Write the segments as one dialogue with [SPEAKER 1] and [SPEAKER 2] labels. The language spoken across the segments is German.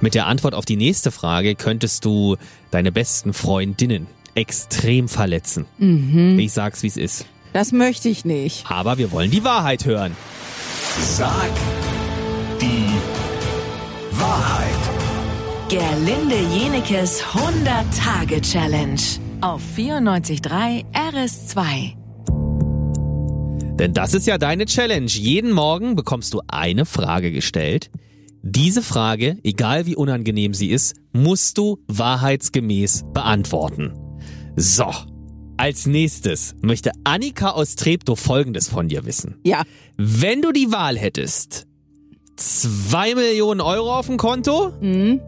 [SPEAKER 1] Mit der Antwort auf die nächste Frage könntest du deine besten Freundinnen extrem verletzen. Ich sag's, wie's ist.
[SPEAKER 2] Das möchte ich nicht.
[SPEAKER 1] Aber wir wollen die Wahrheit hören.
[SPEAKER 3] Sag die Wahrheit.
[SPEAKER 4] Gerlinde Jenekes 100-Tage-Challenge auf 94.3 RS2.
[SPEAKER 1] Denn das ist ja deine Challenge. Jeden Morgen bekommst du eine Frage gestellt. Diese Frage, egal wie unangenehm sie ist, musst du wahrheitsgemäß beantworten. So, als nächstes möchte Annika aus Treptow Folgendes von dir wissen.
[SPEAKER 2] Ja.
[SPEAKER 1] Wenn du die Wahl hättest, zwei Millionen Euro auf dem Konto
[SPEAKER 2] Mhm.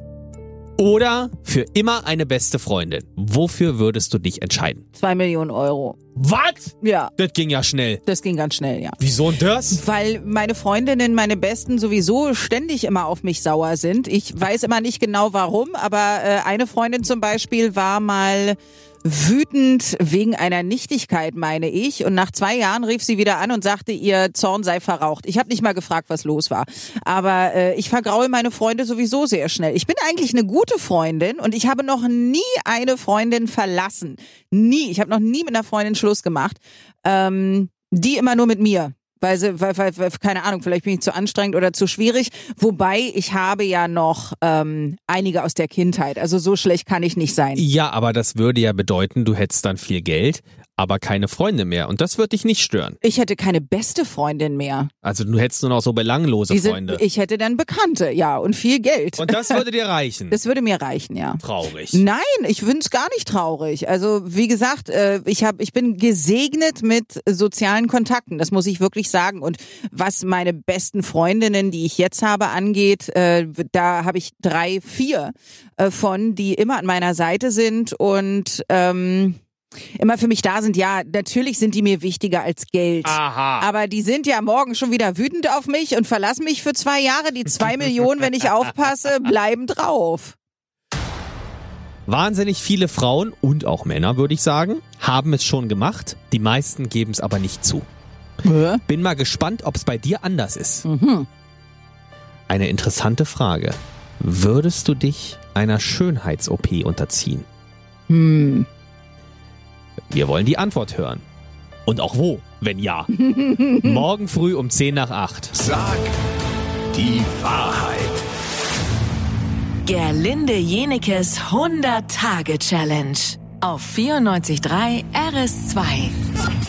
[SPEAKER 1] oder für immer eine beste Freundin, wofür würdest du dich entscheiden?
[SPEAKER 2] Zwei Millionen Euro.
[SPEAKER 1] Was?
[SPEAKER 2] Ja,
[SPEAKER 1] Das ging ja schnell.
[SPEAKER 2] das ging ganz schnell, ja.
[SPEAKER 1] Wieso denn das?
[SPEAKER 2] Weil meine Freundinnen, meine Besten sowieso ständig immer auf mich sauer sind. Ich weiß immer nicht genau warum, aber äh, eine Freundin zum Beispiel war mal wütend wegen einer Nichtigkeit, meine ich. Und nach zwei Jahren rief sie wieder an und sagte, ihr Zorn sei verraucht. Ich habe nicht mal gefragt, was los war. Aber äh, ich vergraue meine Freunde sowieso sehr schnell. Ich bin eigentlich eine gute Freundin und ich habe noch nie eine Freundin verlassen. Nie. Ich habe noch nie mit einer Freundin Schluss gemacht. Ähm, die immer nur mit mir. Weil, sie, weil, weil, weil, keine Ahnung, vielleicht bin ich zu anstrengend oder zu schwierig. Wobei ich habe ja noch ähm, einige aus der Kindheit. Also so schlecht kann ich nicht sein.
[SPEAKER 1] Ja, aber das würde ja bedeuten, du hättest dann viel Geld, aber keine Freunde mehr. Und das würde dich nicht stören.
[SPEAKER 2] Ich hätte keine beste Freundin mehr.
[SPEAKER 1] Also du hättest nur noch so belanglose
[SPEAKER 2] Die sind-
[SPEAKER 1] Freunde.
[SPEAKER 2] Ich hätte dann Bekannte, ja, und viel Geld.
[SPEAKER 1] Und das würde dir reichen.
[SPEAKER 2] das würde mir reichen, ja.
[SPEAKER 1] Traurig.
[SPEAKER 2] Nein, ich finde es gar nicht traurig. Also wie gesagt, äh, ich habe, ich bin gesegnet mit sozialen Kontakten. Das muss ich wirklich sagen. Und was meine besten Freundinnen, die ich jetzt habe, angeht, äh, da habe ich drei, vier äh, von, die immer an meiner Seite sind und ähm, immer für mich da sind. Ja, natürlich sind die mir wichtiger als Geld.
[SPEAKER 1] Aha.
[SPEAKER 2] Aber die sind ja morgen schon wieder wütend auf mich und verlassen mich für zwei Jahre. Die zwei Millionen, wenn ich aufpasse, bleiben drauf.
[SPEAKER 1] Wahnsinnig viele Frauen und auch Männer, würde ich sagen, haben es schon gemacht. Die meisten geben es aber nicht zu. Bin mal gespannt, ob es bei dir anders ist. Eine interessante Frage. Würdest du dich einer Schönheits-OP unterziehen?
[SPEAKER 2] Hm.
[SPEAKER 1] Wir wollen die Antwort hören. Und auch wo, wenn ja. Morgen früh um 10 nach 8.
[SPEAKER 3] Sag die Wahrheit.
[SPEAKER 4] Gerlinde Jenekes 100-Tage-Challenge auf 94.3 RS2.